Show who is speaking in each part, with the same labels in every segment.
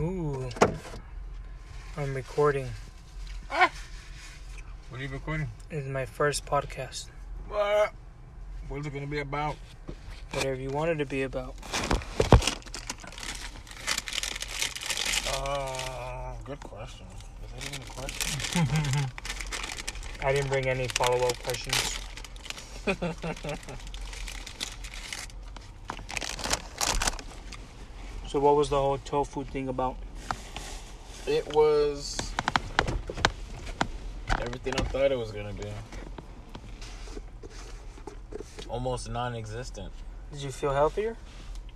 Speaker 1: Ooh. I'm recording.
Speaker 2: What are you recording?
Speaker 1: It's my first podcast.
Speaker 2: What? What's it gonna be about?
Speaker 1: Whatever you wanted to be about.
Speaker 2: Uh, good question. Is that even a question?
Speaker 1: I didn't bring any follow up questions. so, what was the whole tofu thing about?
Speaker 2: It was everything I thought it was gonna be. Almost non-existent.
Speaker 1: Did you feel healthier?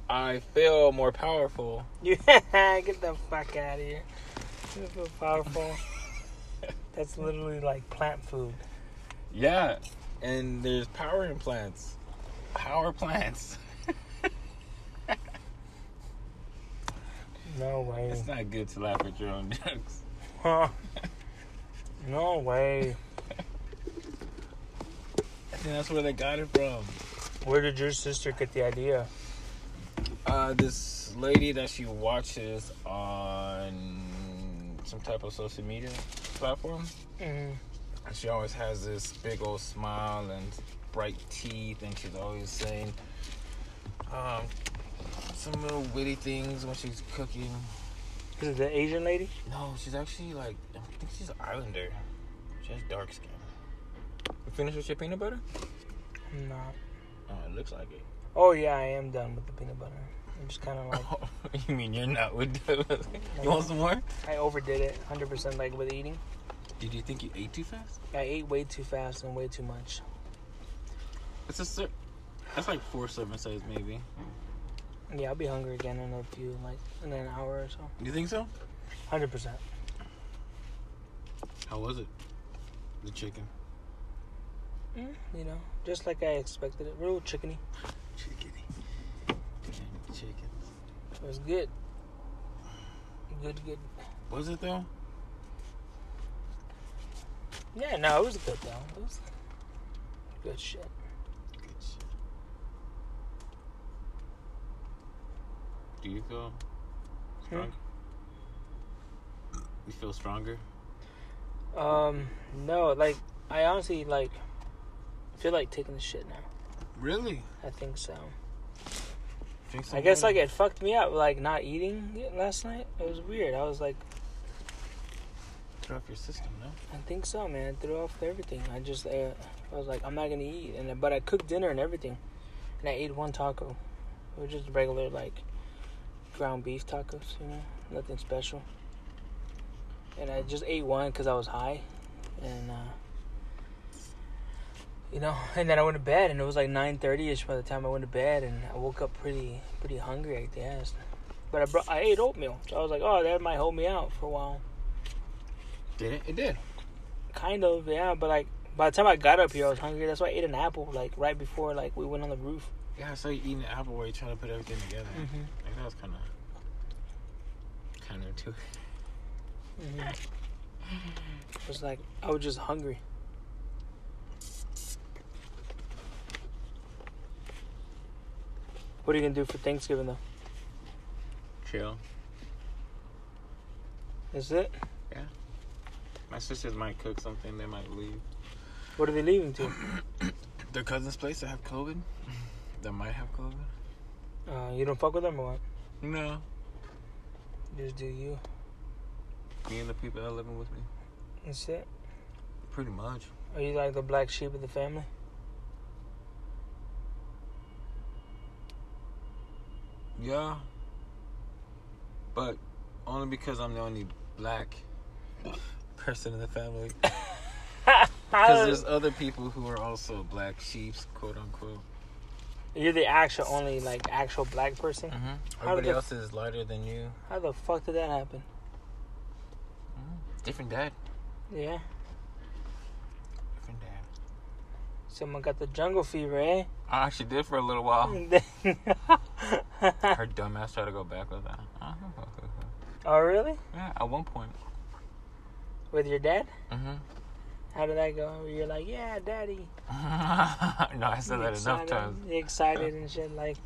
Speaker 2: I feel more powerful.
Speaker 1: Yeah, get the fuck out of here. You feel powerful. That's literally like plant food.
Speaker 2: Yeah, and there's power in plants. Power plants.
Speaker 1: No way.
Speaker 2: It's not good to laugh at your own jokes.
Speaker 1: Huh. No way.
Speaker 2: I think that's where they got it from.
Speaker 1: Where did your sister get the idea?
Speaker 2: Uh, this lady that she watches on some type of social media platform,
Speaker 1: Mm.
Speaker 2: and she always has this big old smile and bright teeth, and she's always saying um, some little witty things when she's cooking.
Speaker 1: Is it the Asian lady?
Speaker 2: No, she's actually like I think she's an Islander. She has dark skin. You finished with your peanut butter?
Speaker 1: I'm not.
Speaker 2: Oh, it looks like it.
Speaker 1: Oh yeah, I am done with the peanut butter. I'm just kind of like
Speaker 2: Oh, you mean you're not with the You want some more?
Speaker 1: I overdid it, 100% like with eating.
Speaker 2: Did you think you ate too fast?
Speaker 1: I ate way too fast and way too much.
Speaker 2: It's a ser- that's like four serving size maybe.
Speaker 1: Yeah, I'll be hungry again in a few like in an hour or so.
Speaker 2: You think so?
Speaker 1: 100%.
Speaker 2: How was it? The chicken.
Speaker 1: Mm, you know, just like I expected it. Real chickeny.
Speaker 2: Chicken. Chicken.
Speaker 1: It was good. Good, good.
Speaker 2: Was it though?
Speaker 1: Yeah, no, it was good though. It was good shit.
Speaker 2: Good shit. Do you feel strong? You feel stronger?
Speaker 1: Um, no, like I honestly like feel like taking the shit now.
Speaker 2: Really?
Speaker 1: I think so.
Speaker 2: Drink
Speaker 1: I guess like it fucked me up, like not eating it last night. It was weird. I was like,
Speaker 2: Throw off your system, no?
Speaker 1: I think so, man. I threw off everything. I just, uh, I was like, I'm not gonna eat, and but I cooked dinner and everything, and I ate one taco. It was just regular like ground beef tacos, you know, nothing special. And I just ate one because I was high, and uh, you know, and then I went to bed, and it was like 9:30 ish by the time I went to bed, and I woke up pretty pretty hungry, I guess. But I brought, I ate oatmeal, so I was like, oh, that might hold me out for a while.
Speaker 2: Did it? It did.
Speaker 1: Kind of, yeah. But like by the time I got up here, I was hungry. That's why I ate an apple like right before like we went on the roof.
Speaker 2: Yeah, I saw you eating an apple while you're trying to put everything together.
Speaker 1: Mm-hmm.
Speaker 2: Like that was kinda kinda too
Speaker 1: Mm-hmm. It was like I was just hungry. What are you gonna do for Thanksgiving though?
Speaker 2: chill.
Speaker 1: That's it.
Speaker 2: My sisters might cook something, they might leave.
Speaker 1: What are they leaving to?
Speaker 2: Their cousin's place that have COVID? That might have COVID?
Speaker 1: Uh, you don't fuck with them or what?
Speaker 2: No.
Speaker 1: Just do you.
Speaker 2: Me and the people that are living with me.
Speaker 1: That's it.
Speaker 2: Pretty much.
Speaker 1: Are you like the black sheep of the family?
Speaker 2: Yeah. But only because I'm the only black person in the family. Because there's other people who are also black sheeps, quote unquote.
Speaker 1: You're the actual only like actual black person.
Speaker 2: Mm-hmm.
Speaker 1: How
Speaker 2: Everybody
Speaker 1: the-
Speaker 2: else is lighter than you.
Speaker 1: How the fuck did that happen?
Speaker 2: Different dad.
Speaker 1: Yeah.
Speaker 2: Different dad.
Speaker 1: Someone got the jungle fever, eh?
Speaker 2: I actually did for a little while.
Speaker 1: oh
Speaker 2: Her dumbass tried to go back with that.
Speaker 1: really?
Speaker 2: Yeah, at one point.
Speaker 1: With your dad?
Speaker 2: Mm-hmm.
Speaker 1: How did that go? You're like, yeah, daddy.
Speaker 2: no, I said that enough
Speaker 1: Excited-
Speaker 2: times.
Speaker 1: Excited and shit. Like,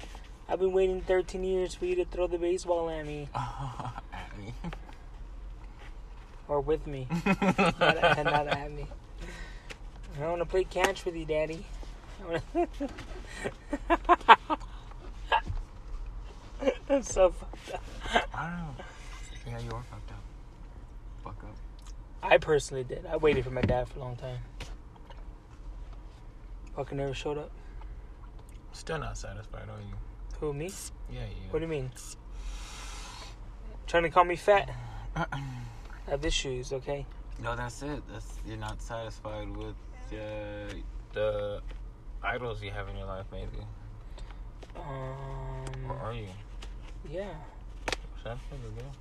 Speaker 1: I've been waiting 13 years for you to throw the baseball at me
Speaker 2: at me.
Speaker 1: or with me, not, at, not at me. I want to play catch with you, Daddy. I wanna- I'm so fucked up.
Speaker 2: I don't know. Yeah, you are fucked up. Fuck up.
Speaker 1: I personally did. I waited for my dad for a long time. Fucking never showed up.
Speaker 2: Still not satisfied, are you?
Speaker 1: Who me?
Speaker 2: Yeah,
Speaker 1: What do you mean? Trying to call me fat?
Speaker 2: yeah.
Speaker 1: I have issues, okay?
Speaker 2: No, that's it. That's you're not satisfied with uh, the idols you have in your life, maybe, or
Speaker 1: Um,
Speaker 2: are you?
Speaker 1: yeah,
Speaker 2: Satisfied with that?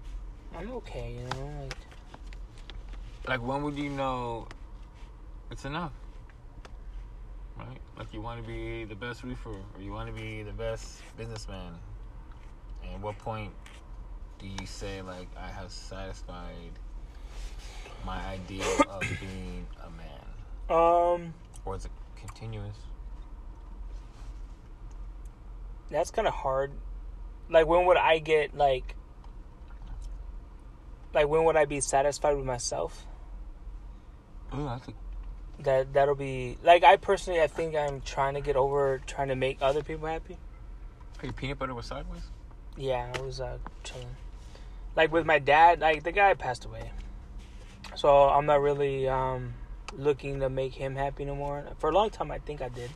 Speaker 1: I'm okay. You know, like
Speaker 2: Like, when would you know it's enough? Right? Like, you want to be the best reefer, or you want to be the best businessman. And at what point do you say, like, I have satisfied my ideal of being a man?
Speaker 1: um,
Speaker 2: Or is it continuous?
Speaker 1: that's kind of hard. Like, when would I get like, like when would I be satisfied with myself?
Speaker 2: Oh, that's a
Speaker 1: That that'll be like I personally, I think I'm trying to get over trying to make other people happy.
Speaker 2: Hey, peanut butter was sideways?
Speaker 1: Yeah, I was uh, chilling. Like with my dad, like the guy passed away, so I'm not really um, looking to make him happy no more. For a long time, I think I did.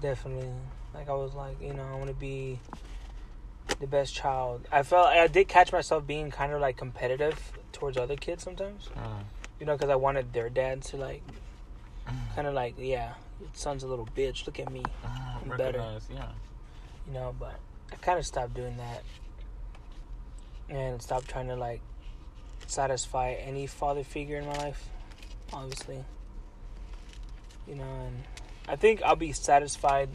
Speaker 1: Definitely, like I was like, you know, I want to be the best child. I felt I did catch myself being kind of like competitive towards other kids sometimes,
Speaker 2: Hmm.
Speaker 1: you know, because I wanted their dad to like, kind of like, yeah, your son's a little bitch. Look at me, Better.
Speaker 2: Mm-hmm. Recognize, yeah.
Speaker 1: you know but i kind of stopped doing that and stopped trying to like satisfy any father figure in my life obviously you know and i think i'll be satisfied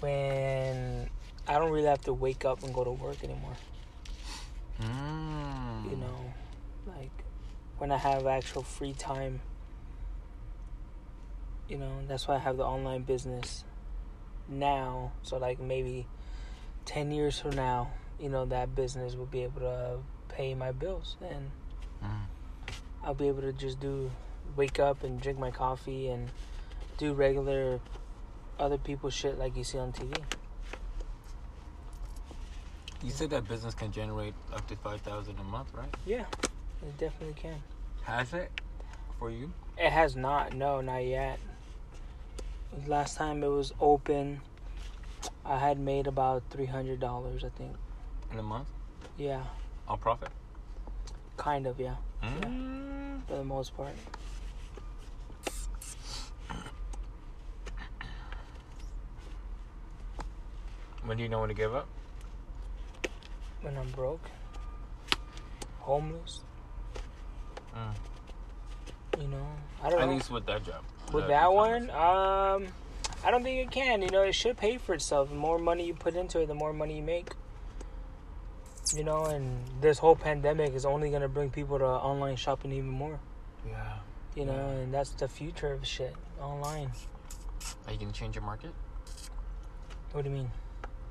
Speaker 1: when i don't really have to wake up and go to work anymore
Speaker 2: Mm.
Speaker 1: you know like when i have actual free time you know that's why i have the online business now so like maybe 10 years from now you know that business will be able to pay my bills and
Speaker 2: Mm.
Speaker 1: i'll be able to just do wake up and drink my coffee and do regular other people shit like you see on tv
Speaker 2: You said that business can generate up to five thousand a month, right?
Speaker 1: yeah it definitely can
Speaker 2: Has it for you?
Speaker 1: It has not. No, not yet. Last time it was open, I had made about three hundred dollars. I think.
Speaker 2: In a month,
Speaker 1: Yeah,
Speaker 2: on profit.
Speaker 1: kind of. Yeah,
Speaker 2: Mm.
Speaker 1: for the most part.
Speaker 2: When do you know when to give up?
Speaker 1: When I'm broke, homeless,
Speaker 2: Mm.
Speaker 1: you know, I don't
Speaker 2: At
Speaker 1: know.
Speaker 2: least with that job.
Speaker 1: With
Speaker 2: Uh,
Speaker 1: that
Speaker 2: e-commerce.
Speaker 1: one, um, I don't think it can. You know, it should pay for itself. The more money you put into it, the more money you make. You know, and this whole pandemic is only gonna bring people to online shopping even more.
Speaker 2: Yeah.
Speaker 1: You know,
Speaker 2: Yeah.
Speaker 1: and that's the future of shit online.
Speaker 2: Are you gonna change your market?
Speaker 1: What do you mean?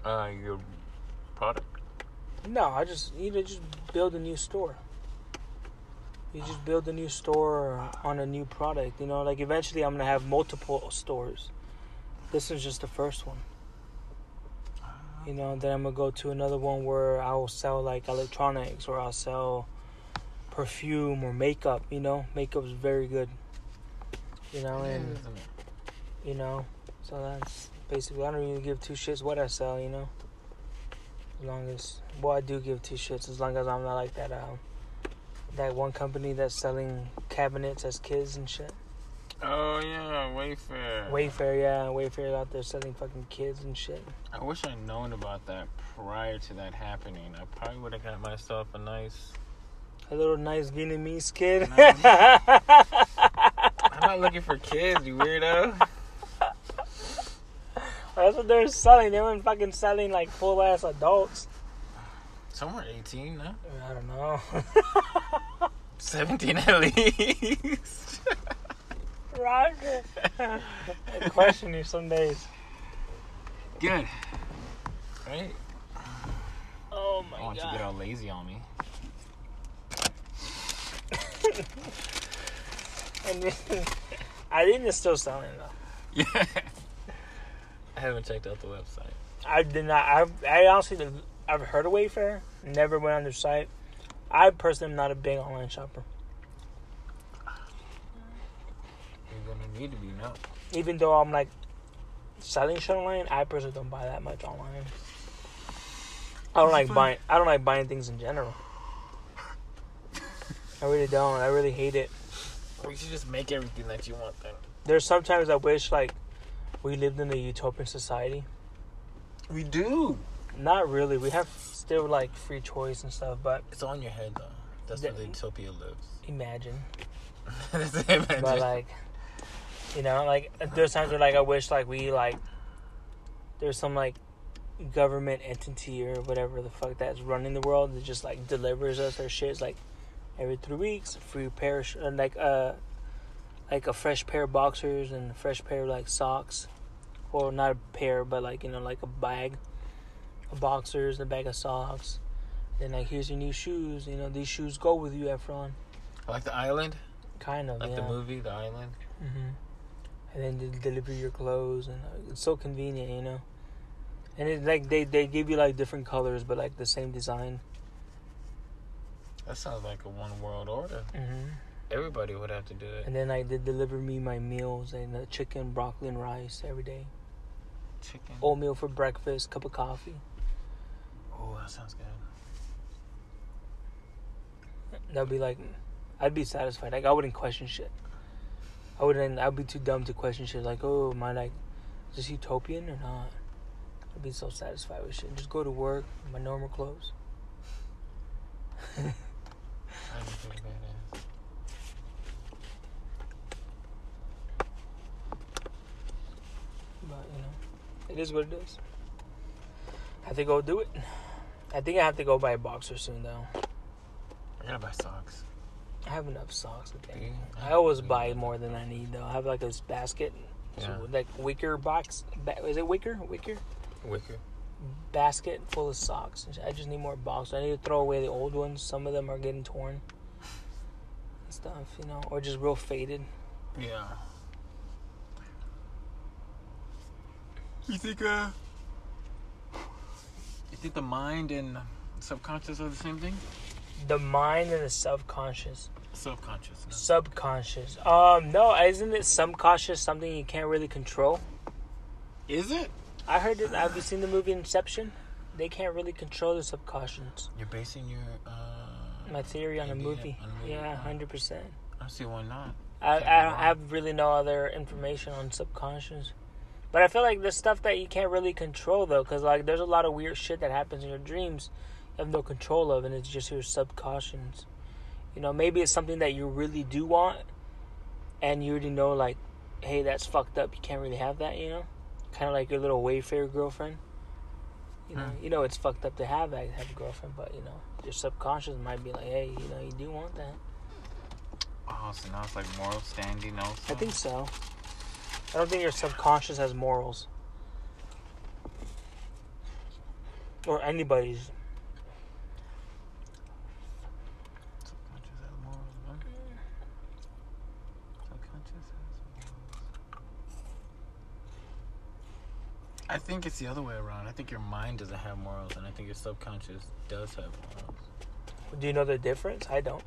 Speaker 2: Uh, your product.
Speaker 1: No, I just you know just build a new store. You just build a new store on a new product. You know, like eventually I'm gonna have multiple stores. This is just the first one. You know, then I'm gonna go to another one where I'll sell like electronics or I'll sell perfume or makeup. You know, makeup's very good. You know,
Speaker 2: Yeah,
Speaker 1: and
Speaker 2: isn't it?
Speaker 1: you know. So that's basically I don't really give two shits what I sell, you know. As long as well, I do give two shits as long as I'm not like that um that one company that's selling cabinets as kids and shit.
Speaker 2: Oh yeah, Wayfair.
Speaker 1: Wayfair, yeah, Wayfair out there selling fucking kids and shit.
Speaker 2: I wish I'd known about that prior to that happening. I probably would have got myself a nice
Speaker 1: A little nice Vietnamese kid.
Speaker 2: I'm not looking for kids, you weirdo.
Speaker 1: That's what they're selling. They weren't fucking selling like full ass adults.
Speaker 2: Somewhere 18, no?
Speaker 1: I don't know.
Speaker 2: 17 at least.
Speaker 1: Roger. I question you some days.
Speaker 2: good. Right?
Speaker 1: Oh
Speaker 2: I
Speaker 1: my
Speaker 2: want you to get
Speaker 1: god.
Speaker 2: all lazy on me.
Speaker 1: And then, I think it's still selling though.
Speaker 2: Yeah. I haven't checked out the website.
Speaker 1: I did not. I I honestly did, I've heard of Wayfair. Never went on their site. I personally am not a big online shopper.
Speaker 2: You're gonna need to be now.
Speaker 1: Even though I'm like selling shit online, I personally don't buy that much online. I don't like buying. I don't like buying things in general. I really don't. I really hate it.
Speaker 2: We should just make everything that you want then.
Speaker 1: There's sometimes I wish like we lived in a utopian society.
Speaker 2: We do.
Speaker 1: Not really. We have still like free choice and stuff, but
Speaker 2: It's on your head though. That's where the
Speaker 1: Yeah.
Speaker 2: utopia lives.
Speaker 1: imagine.
Speaker 2: That's it, man.
Speaker 1: But like, you know, like there's times where like I wish like we like there's some like government entity or whatever the fuck that's running the world that just like delivers us our shit. It's like every three weeks, free pair of sh- and like uh like a fresh pair of boxers and a fresh pair of like socks, or not a pair, but like you know like a bag of boxers, and a bag of socks. Then like here's your new shoes. You know these shoes go with you, Efron.
Speaker 2: like the island,
Speaker 1: Kind of
Speaker 2: like
Speaker 1: yeah.
Speaker 2: the movie, the island.
Speaker 1: hmm And then they deliver your clothes, and uh, it's so convenient, you know. And it's like they they give you like different colors, but like the same design.
Speaker 2: That sounds like a one world order.
Speaker 1: hmm
Speaker 2: Everybody would have to do it.
Speaker 1: And then like they deliver me my meals and uh, chicken, broccoli, and rice every day.
Speaker 2: Chicken. Oh,
Speaker 1: Oatmeal for breakfast, cup of coffee.
Speaker 2: that sounds good.
Speaker 1: That'd be like, I'd be satisfied. Like I wouldn't question shit. I wouldn't. I'd be too dumb to question shit. Like, oh, am I like, is this utopian or not? I'd be so satisfied with shit. Just go to work, my normal clothes.
Speaker 2: That'd be pretty badass.
Speaker 1: But you know, it is what it is. I have to go do it. I think I have to go buy a boxer soon though.
Speaker 2: I gotta buy socks.
Speaker 1: I have enough socks. I think.
Speaker 2: Yeah.
Speaker 1: I always buy more than I need though. I have like this basket, so,
Speaker 2: Yeah.
Speaker 1: like wicker box. Ba- is it wicker? Wicker
Speaker 2: Wicker.
Speaker 1: basket full of socks. I just need more boxers. I need to throw away the old ones. Some of them are getting torn. and Stuff, you know, or just real faded.
Speaker 2: Yeah. You think uh You think the mind and subconscious are the same thing?
Speaker 1: The mind and the subconscious.
Speaker 2: Subconscious. no.
Speaker 1: Subconscious. Um, no, isn't it subconscious something you can't really control?
Speaker 2: Is it?
Speaker 1: I heard it. Have you seen the movie Inception? They can't really control the subconscious.
Speaker 2: You're basing your uh
Speaker 1: My theory on a
Speaker 2: Indeed,
Speaker 1: movie.
Speaker 2: on a movie,
Speaker 1: Yeah,
Speaker 2: yeah.
Speaker 1: hundred percent.
Speaker 2: I see why not.
Speaker 1: I I
Speaker 2: Can't go
Speaker 1: don't have really no other information on subconscious, but I feel like the stuff that you can't really control though, because like there's a lot of weird shit that happens in your dreams, you have no control of, and it's just your subconscious. You know, maybe it's something that you really do want, and you already know like, hey, that's fucked up. You can't really have that. You know, kind of like your little Wayfair girlfriend. You know, you know it's fucked up to have that type of girlfriend, but you know your subconscious might be like, hey, you know, you do want that.
Speaker 2: Oh, so now it's like moral standing also.
Speaker 1: I think so. I don't think your subconscious has morals. Or anybody's.
Speaker 2: subconscious has morals, no? Subconscious has morals. I think it's the other way around. I think your mind doesn't have morals and I think your subconscious does have morals.
Speaker 1: Do you know the difference? I don't.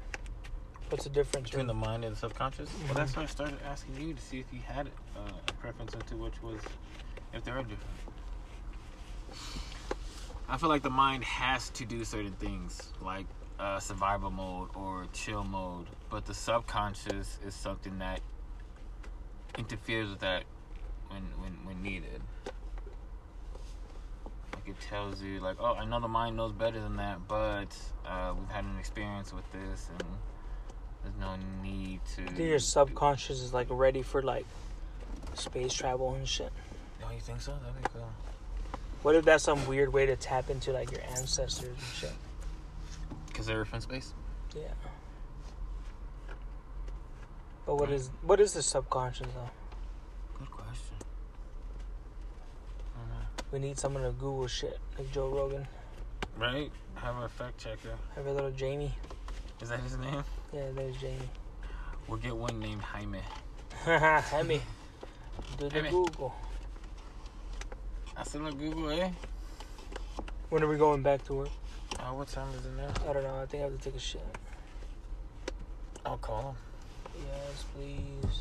Speaker 1: What's the difference?
Speaker 2: Between the mind and the subconscious? Well,
Speaker 1: Mhm.
Speaker 2: that's why I started asking you to see if you had uh, a preference into which was, if there are different. I feel like the mind has to do certain things, like uh, survival mode or chill mode, but the subconscious is something that interferes with that when when, when needed. Like it tells you, like, oh, I know the mind knows better than that, but uh, we've had an experience with this, and there's no need to.
Speaker 1: I think your subconscious is like ready for like space travel and shit.
Speaker 2: Oh, you think so? That'd be cool.
Speaker 1: What if that's some weird way to tap into like your ancestors and shit?
Speaker 2: Cause they're from space.
Speaker 1: Yeah. But what is what is the subconscious though?
Speaker 2: Good question. I don't know.
Speaker 1: We need someone to Google shit like Joe Rogan.
Speaker 2: Right? Have our fact checker.
Speaker 1: Have a little Jamie.
Speaker 2: Is that his name?
Speaker 1: Yeah, there's Jamie.
Speaker 2: We'll get one named Jaime.
Speaker 1: Hemi. Do the
Speaker 2: Hemi.
Speaker 1: Google.
Speaker 2: I still on Google, eh?
Speaker 1: When are we going back to work?
Speaker 2: Oh, what time is it now?
Speaker 1: I don't know. I think I have to take a shit.
Speaker 2: I'll call him.
Speaker 1: Yes, please.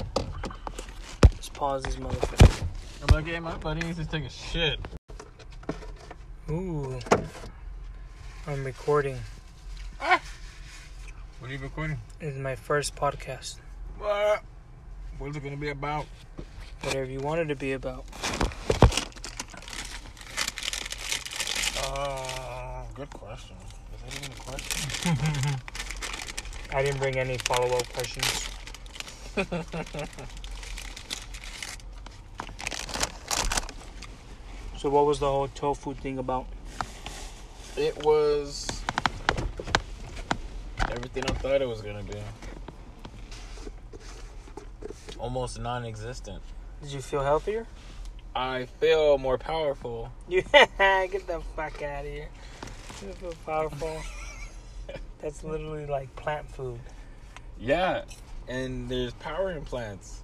Speaker 1: Let's pause this motherfucker.
Speaker 2: I'm like, hey, my buddy needs to take a shit.
Speaker 1: Ooh. I'm recording.
Speaker 2: What are you recording?
Speaker 1: This is my first podcast.
Speaker 2: What? What's it gonna be about?
Speaker 1: Whatever you wanted to be about.
Speaker 2: Uh, good question. Is that even a question?
Speaker 1: I didn't bring any follow up questions. so, what was the whole tofu thing about?
Speaker 2: It was everything I thought it was gonna be. Almost non-existent.
Speaker 1: Did you feel healthier?
Speaker 2: I feel more powerful.
Speaker 1: Yeah, get the fuck out of here. You feel powerful. That's literally like plant food.
Speaker 2: Yeah, and there's power implants.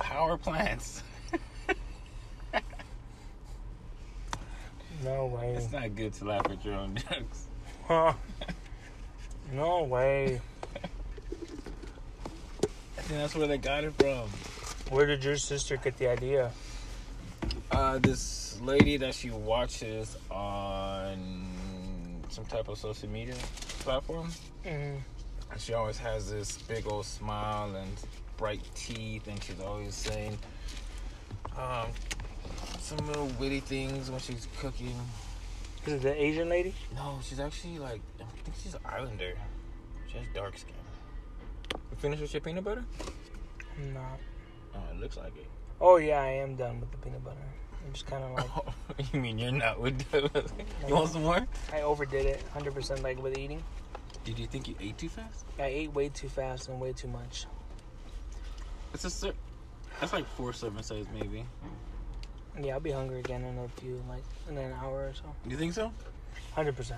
Speaker 2: Power plants.
Speaker 1: No way.
Speaker 2: It's not good to laugh at your own jokes.
Speaker 1: no way.
Speaker 2: I think that's where they got it from.
Speaker 1: Where did your sister get the idea?
Speaker 2: Uh, this lady that she watches on some type of social media platform.
Speaker 1: Mm.
Speaker 2: And she always has this big old smile and bright teeth, and she's always saying um, some little witty things when she's cooking.
Speaker 1: Is it the Asian lady?
Speaker 2: No, she's actually like, I think she's an islander. She has dark skin. You finished with your peanut butter?
Speaker 1: I'm not.
Speaker 2: Oh, it looks like it.
Speaker 1: Oh yeah, I am done with the peanut butter. I'm just kind of like
Speaker 2: Oh, you mean you're not with You want some more?
Speaker 1: I overdid it, 100% like with eating.
Speaker 2: Did you think you ate too fast?
Speaker 1: I ate way too fast and way too much.
Speaker 2: It's a ser- That's like four serving size, maybe.
Speaker 1: Yeah, I'll be hungry again in a few like in an hour or so.
Speaker 2: You think so?
Speaker 1: 100%.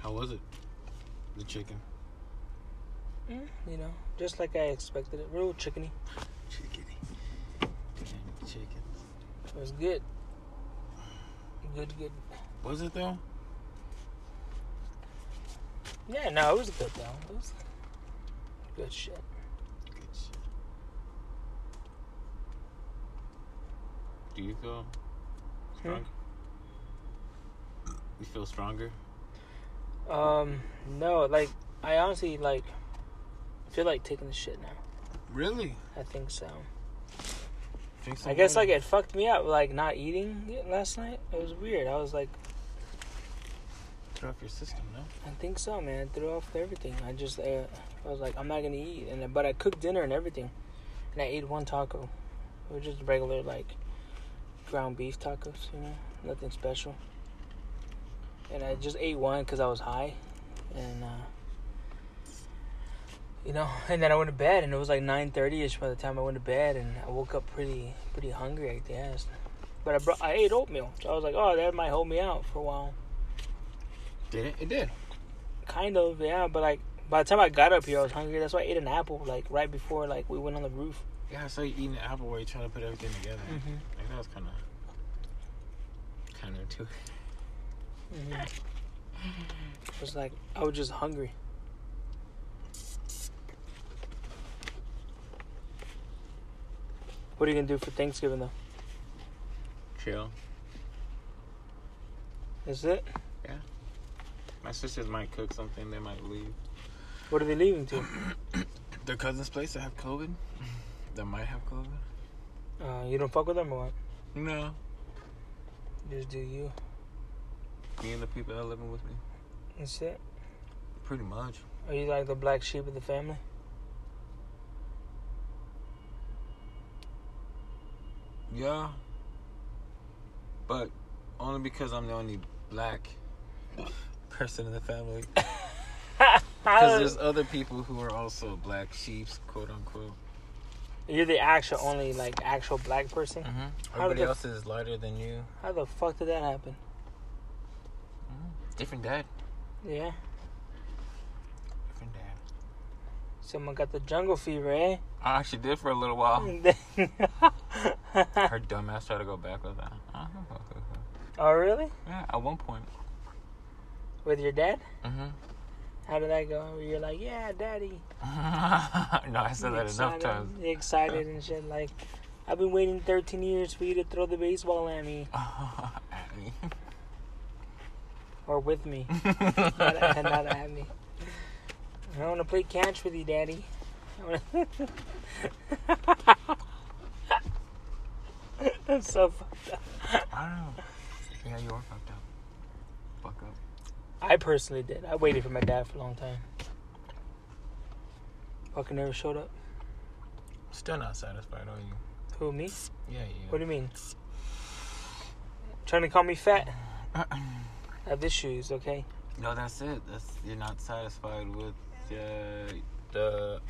Speaker 2: How was it? The chicken.
Speaker 1: Mm, you know, just like I expected it. Real chickeny.
Speaker 2: Chicken. Damn chicken.
Speaker 1: It was good. Good, good.
Speaker 2: Was it though?
Speaker 1: Yeah, no, it was good though. It was good shit.
Speaker 2: Good shit. Do you feel strong? You feel stronger?
Speaker 1: Um, no, like I honestly like feel like taking the shit now.
Speaker 2: Really?
Speaker 1: I think so.
Speaker 2: Drink
Speaker 1: I guess like it fucked me up, like not eating it last night. It was weird. I was like,
Speaker 2: threw off your system, no?
Speaker 1: I think so, man. I threw off everything. I just, uh, I was like, I'm not gonna eat, and but I cooked dinner and everything, and I ate one taco. It was just regular like ground beef tacos, you know, nothing special. And I just ate one because I was high, and uh, you know, and then I went to bed, and it was like 9:30 ish by the time I went to bed, and I woke up pretty, pretty hungry, I guess. But I brought, I ate oatmeal, so I was like, oh, that might hold me out for a while.
Speaker 2: Did it? It did.
Speaker 1: Kind of, yeah. But like by the time I got up here, I was hungry. That's why I ate an apple like right before like we went on the roof.
Speaker 2: Yeah, I saw you eating the apple while you're trying to put everything together.
Speaker 1: Mm-hmm.
Speaker 2: Like, that was kind of counterintuitive.
Speaker 1: Mm-hmm. It was like I was just hungry. What are you gonna do for Thanksgiving though?
Speaker 2: Chill.
Speaker 1: Is it?
Speaker 2: My sisters might cook something. They might leave.
Speaker 1: What are they leaving to?
Speaker 2: Their cousin's place that have COVID. That might have COVID.
Speaker 1: Uh, you don't fuck with them or what?
Speaker 2: No.
Speaker 1: Just do you.
Speaker 2: Me and the people that are living with me.
Speaker 1: That's it.
Speaker 2: Pretty much.
Speaker 1: Are you like the black sheep of the family?
Speaker 2: Yeah. But only because I'm the only black person in the family. Because there's other people who are also black sheeps, quote unquote.
Speaker 1: You're the actual only like actual black person.
Speaker 2: Mm-hmm.
Speaker 1: How
Speaker 2: Everybody
Speaker 1: did-
Speaker 2: else is lighter than you.
Speaker 1: How the fuck did that happen?
Speaker 2: Different dad.
Speaker 1: Yeah,
Speaker 2: Different dad.
Speaker 1: someone got the jungle fever, eh? Oh,
Speaker 2: I actually did for a little while.
Speaker 1: And then-
Speaker 2: Her dumbass tried to go back with that. Uh-huh.
Speaker 1: oh really?
Speaker 2: Yeah, at one point.
Speaker 1: With your dad?
Speaker 2: Mm-hmm.
Speaker 1: How did that go? You're like, yeah, daddy.
Speaker 2: no, I said that enough
Speaker 1: excited,
Speaker 2: times.
Speaker 1: Excited and shit. Like, I've been waiting 13 years for you to throw the baseball at me
Speaker 2: At me.
Speaker 1: or with me, not, at, not at me. I want to play catch with you, daddy. I wanna- That's so. fu-
Speaker 2: I don't know. Yeah, you are fucked up. Fuck up.
Speaker 1: I personally did. I waited for my dad for a long time. Fucking never showed up.
Speaker 2: Still not satisfied, are you?
Speaker 1: Who me?
Speaker 2: Yeah,
Speaker 1: What do you mean? Trying to call me fat?
Speaker 2: yeah.
Speaker 1: I have issues, okay?
Speaker 2: no, that's it. That's you're not satisfied with uh, the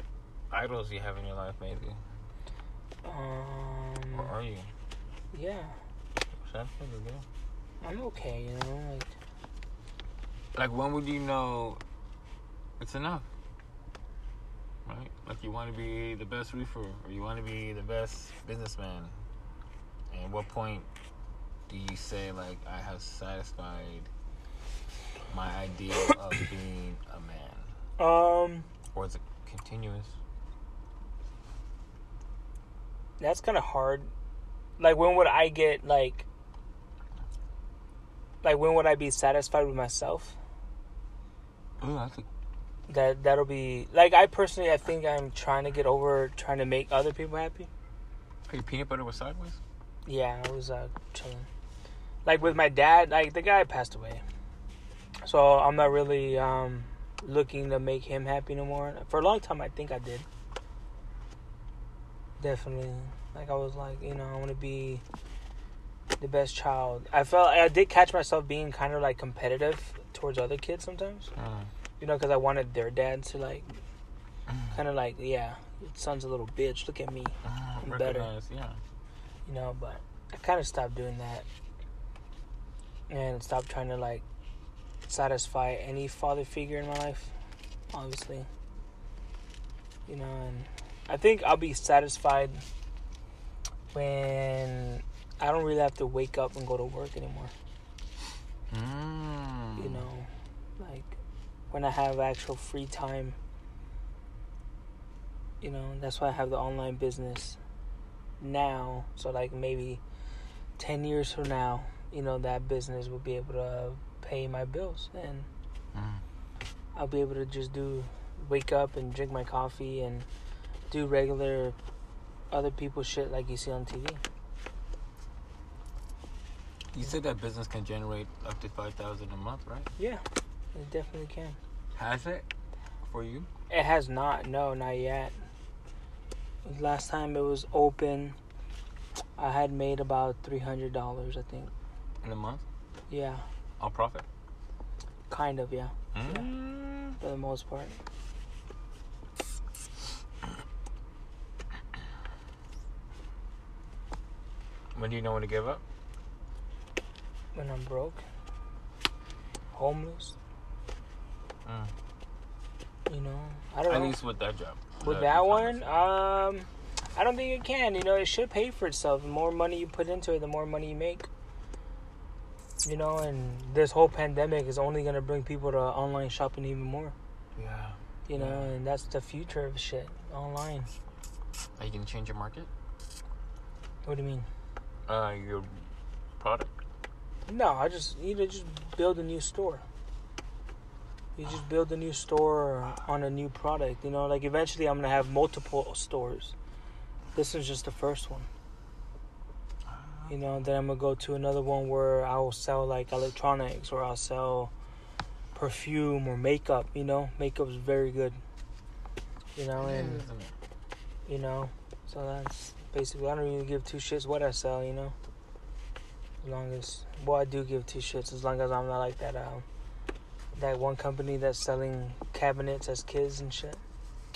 Speaker 2: idols you have in your life, maybe, or
Speaker 1: Um,
Speaker 2: are you?
Speaker 1: yeah,
Speaker 2: Satisfied with that?
Speaker 1: I'm okay, you know. Like,
Speaker 2: Like, when would you know it's enough? Right? Like, you want to be the best roofer, or you want to be the best businessman. And at what point do you say, like, I have satisfied my ideal of being a man?
Speaker 1: um,
Speaker 2: Or is it continuous?
Speaker 1: that's kind of hard. Like, when would I get like, like when would I be satisfied with myself?
Speaker 2: Ooh, that's a
Speaker 1: That that'll be like I personally I think I'm trying to get over trying to make other people happy.
Speaker 2: Hey, peanut butter was sideways?
Speaker 1: Yeah, I was uh, chilling. Like with my dad, like the guy passed away, so I'm not really um, looking to make him happy no more. For a long time, I think I did. Definitely, like I was like, you know, I want to be the best child. I felt I did catch myself being kind of like competitive towards other kids sometimes,
Speaker 2: Mm.
Speaker 1: you know, because I wanted their dad to like, kind of like, yeah, your son's a little bitch. Look at me Better.
Speaker 2: Mm, Recognize, yeah.
Speaker 1: you know, but I kind of stopped doing that and stopped trying to like satisfy any father figure in my life, obviously. You know, and I think I'll be satisfied when I don't really have to wake up and go to work anymore,
Speaker 2: Mm.
Speaker 1: you know, like when I have actual free time. You know, that's why I have the online business now. So, like, maybe 10 years from now, you know, that business will be able to pay my bills and
Speaker 2: Mm.
Speaker 1: I'll be able to just do, wake up and drink my coffee and do regular other people's shit like you see on TV.
Speaker 2: You said that business can generate up to 5000 a month, right?
Speaker 1: Yeah, it definitely can.
Speaker 2: Has it? For you?
Speaker 1: It has not, no, not yet. Last time it was open, I had made about $300, I think.
Speaker 2: In a month?
Speaker 1: Yeah,
Speaker 2: On profit?
Speaker 1: kind of, yeah,
Speaker 2: Mm.
Speaker 1: for the most part.
Speaker 2: When do you know when to give up?
Speaker 1: When I'm broke, homeless,
Speaker 2: Mm.
Speaker 1: you know, I don't
Speaker 2: At
Speaker 1: know.
Speaker 2: least with that job.
Speaker 1: With
Speaker 2: The
Speaker 1: that
Speaker 2: uh, e-commerce.
Speaker 1: one, um, I don't think it can. You know, it should pay for itself. The more money you put into it, the more money you make. You know, and this whole pandemic is only gonna bring people to online shopping even more.
Speaker 2: Yeah.
Speaker 1: You know,
Speaker 2: Yeah.
Speaker 1: and that's the future of shit online.
Speaker 2: Are you going to change your market?
Speaker 1: What do you mean?
Speaker 2: Uh, your product?
Speaker 1: No, I just you know just build a new store. You just build a new store on a new product. You know, like eventually I'm gonna have multiple stores. This is just the first one. You know, then I'm gonna go to another one where I'll sell like electronics or I'll sell perfume or makeup. You know, makeup's very good. You know, and
Speaker 2: Isn't it?
Speaker 1: you know, so that's basically. I don't even give two shits what I sell. You know, as long as well, I do give two shits as long as I'm not like that. Um, that one company that's selling cabinets as kids and shit.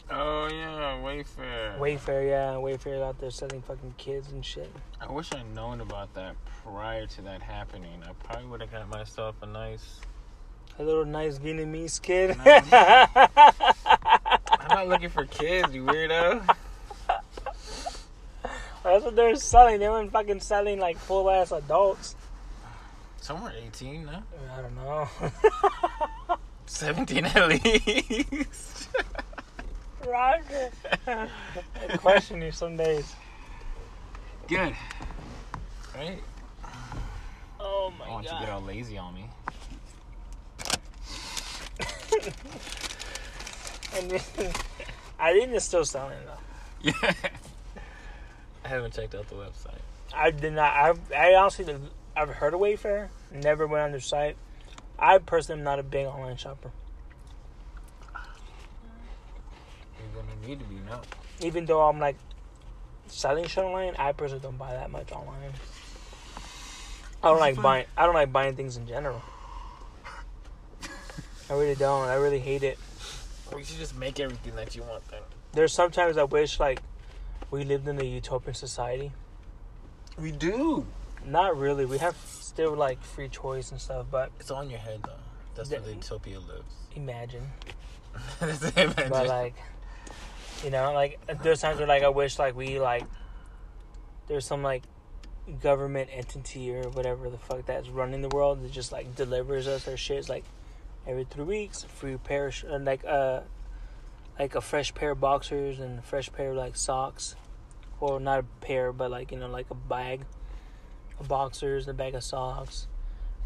Speaker 2: Oh yeah,
Speaker 1: Uh-huh.
Speaker 2: Wayfair.
Speaker 1: Wayfair, yeah, Wayfair's out there selling fucking kids and shit.
Speaker 2: I wish I'd known about that prior to that happening. I probably would have got myself a nice.
Speaker 1: A little nice Vietnamese kid.
Speaker 2: I'm not looking for kids, you weirdo.
Speaker 1: That's what they're selling. They weren't fucking selling like full ass adults.
Speaker 2: Some were 18, no?
Speaker 1: I don't know.
Speaker 2: 17 at least.
Speaker 1: Roger. I question you some days.
Speaker 2: Good. Right?
Speaker 1: Oh my
Speaker 2: I want you to get
Speaker 1: god.
Speaker 2: all lazy on me.
Speaker 1: And then, I think it's still selling though.
Speaker 2: Yeah. I haven't checked out the website.
Speaker 1: I did not. I I honestly did- I've heard of Wayfair. Never went on their site. I personally am not a big online shopper.
Speaker 2: You're gonna need to be now.
Speaker 1: Even though I'm like selling shit online, I personally don't buy that much online. I don't like buying. I don't like buying things in general. I really don't. I really hate it.
Speaker 2: We should just make everything that you want then.
Speaker 1: There's sometimes I wish like we lived in a utopian society.
Speaker 2: We do.
Speaker 1: Not really. We have still like free choice and stuff, but
Speaker 2: It's on your head though. That's where the
Speaker 1: Yeah.
Speaker 2: utopia lives.
Speaker 1: imagine.
Speaker 2: That's it, man.
Speaker 1: But like, you know, like there's times where like I wish like we like there's some like government entity or whatever the fuck that's running the world that just like delivers us our shit. It's like every three weeks, free pair of sh- and like uh like a fresh pair of boxers and a fresh pair of like socks. Well, not a pair, but like you know, like a bag of boxers, and a bag of socks.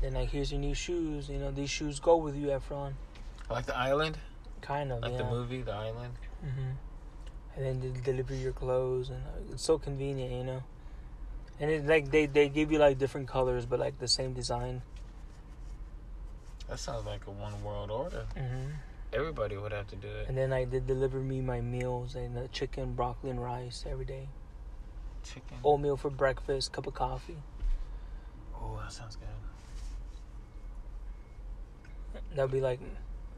Speaker 1: Then like here's your new shoes. You know these shoes go with you, Efron.
Speaker 2: like the island,
Speaker 1: Kind of
Speaker 2: like
Speaker 1: yeah.
Speaker 2: the movie, the island.
Speaker 1: hmm And then they deliver your clothes, and uh, it's so convenient, you know. And it like they they give you like different colors, but like the same design.
Speaker 2: That sounds like a one world order.
Speaker 1: hmm
Speaker 2: Everybody would have to do it.
Speaker 1: And then like they deliver me my meals and uh, chicken, broccoli, and rice every day.
Speaker 2: Chicken.
Speaker 1: Oatmeal for breakfast, cup of coffee.
Speaker 2: Oh, that sounds good.
Speaker 1: That'd be like,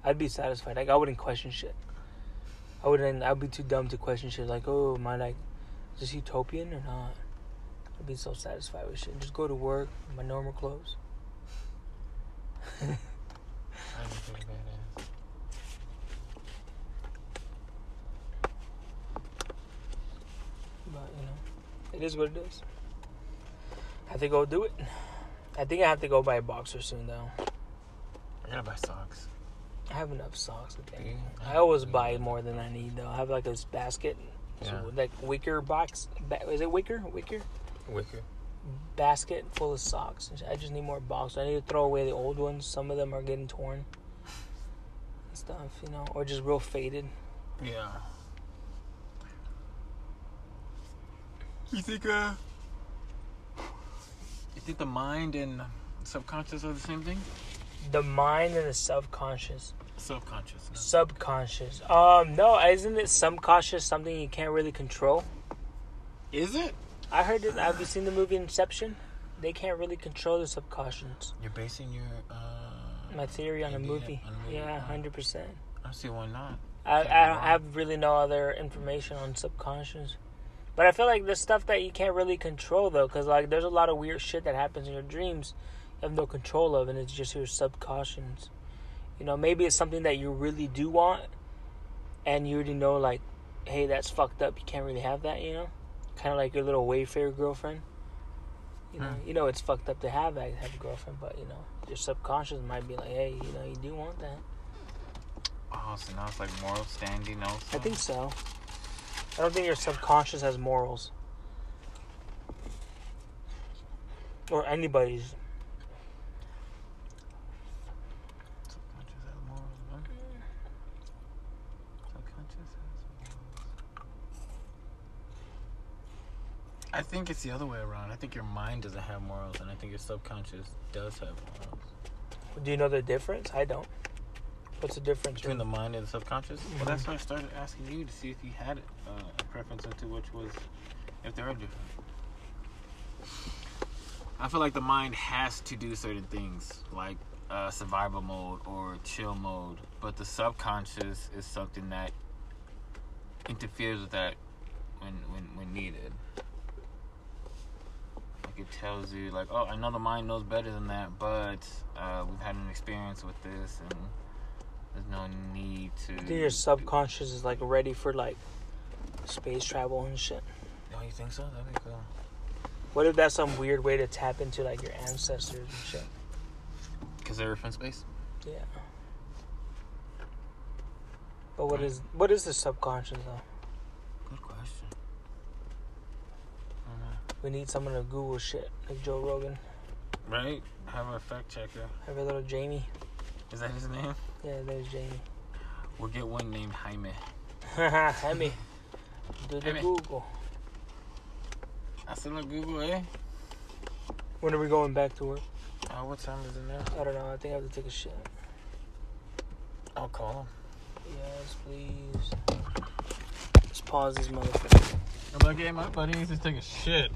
Speaker 1: I'd be satisfied. Like I wouldn't question shit. I wouldn't. I'd be too dumb to question shit. Like, oh, am I like, is this utopian or not? I'd be so satisfied with shit. Just go to work, in my normal clothes.
Speaker 2: That'd be pretty badass.
Speaker 1: But you know, it is what it is. I think I'll do it. I think I have to go buy a boxer soon though.
Speaker 2: I gotta buy socks.
Speaker 1: I have enough socks. I think.
Speaker 2: Yeah.
Speaker 1: I always buy more than I need though. I have like this basket, so,
Speaker 2: Yeah.
Speaker 1: like wicker box. Ba- is it wicker? Wicker
Speaker 2: Wicker.
Speaker 1: basket full of socks. and shit. I just need more boxes. I need to throw away the old ones. Some of them are getting torn. and Stuff, you know, or just real faded.
Speaker 2: Yeah. You think uh You think the mind and subconscious are the same thing?
Speaker 1: The mind and the subconscious.
Speaker 2: Subconscious. no.
Speaker 1: Subconscious. Um, no, isn't it subconscious something you can't really control?
Speaker 2: Is it?
Speaker 1: I heard it. Have you seen the movie Inception? They can't really control the subconscious.
Speaker 2: You're basing your uh
Speaker 1: My theory on a
Speaker 2: idea
Speaker 1: movie.
Speaker 2: on a movie.
Speaker 1: Yeah, hundred percent.
Speaker 2: I see why not.
Speaker 1: I I
Speaker 2: Okay.
Speaker 1: don't have really no other information on subconscious, but I feel like there's stuff that you can't really control though, because like there's a lot of weird shit that happens in your dreams, you have no control of, and it's just your subconscious. You know, maybe it's something that you really do want, and you already know like, hey, that's fucked up. You can't really have that. You know, kind of like your little Wayfair girlfriend. You know,
Speaker 2: Hmm.
Speaker 1: you know it's fucked up to have that have a girlfriend, but you know your subconscious might be like, hey, you know, you do want that.
Speaker 2: Oh, so now it's like moral standing also.
Speaker 1: I think so. I don't think your subconscious has morals. Or anybody's.
Speaker 2: subconscious has morals, no? Subconscious has morals. I think it's the other way around. I think your mind doesn't have morals, and I think your subconscious does have morals.
Speaker 1: Do you know the difference? I don't. What's the difference?
Speaker 2: Between the mind and the subconscious? Well, that's
Speaker 1: Mhm.
Speaker 2: why I started asking you to see if you had uh, a preference into which was, if there are different. I feel like the mind has to do certain things, like uh, survival mode or chill mode, but the subconscious is something that interferes with that when when when needed. Like it tells you, like, oh, I know the mind knows better than that, but uh, we've had an experience with this, and there's no need to.
Speaker 1: Your subconscious is like ready for like space travel and shit.
Speaker 2: Oh, you think so? That'd be cool.
Speaker 1: What if that's some weird way to tap into like your ancestors and shit?
Speaker 2: Because they're from space.
Speaker 1: Yeah. But what is what is the subconscious though?
Speaker 2: Good question. Uh,
Speaker 1: We need someone to Google shit like Joe Rogan.
Speaker 2: Right? Have a fact checker.
Speaker 1: Every little Jamie.
Speaker 2: Is that his name?
Speaker 1: Yeah, there's Jamie.
Speaker 2: We'll get one named Jaime.
Speaker 1: Hemi. Do the
Speaker 2: Hemi.
Speaker 1: Google.
Speaker 2: I said, look, Google, eh?
Speaker 1: When are we going back to work?
Speaker 2: Uh, what time is it now?
Speaker 1: I don't know. I think I have to take a shit.
Speaker 2: I'll call
Speaker 1: Yes, please. Let's pause these motherfuckers.
Speaker 2: him. I'm like, hey, my buddy needs to take a shit.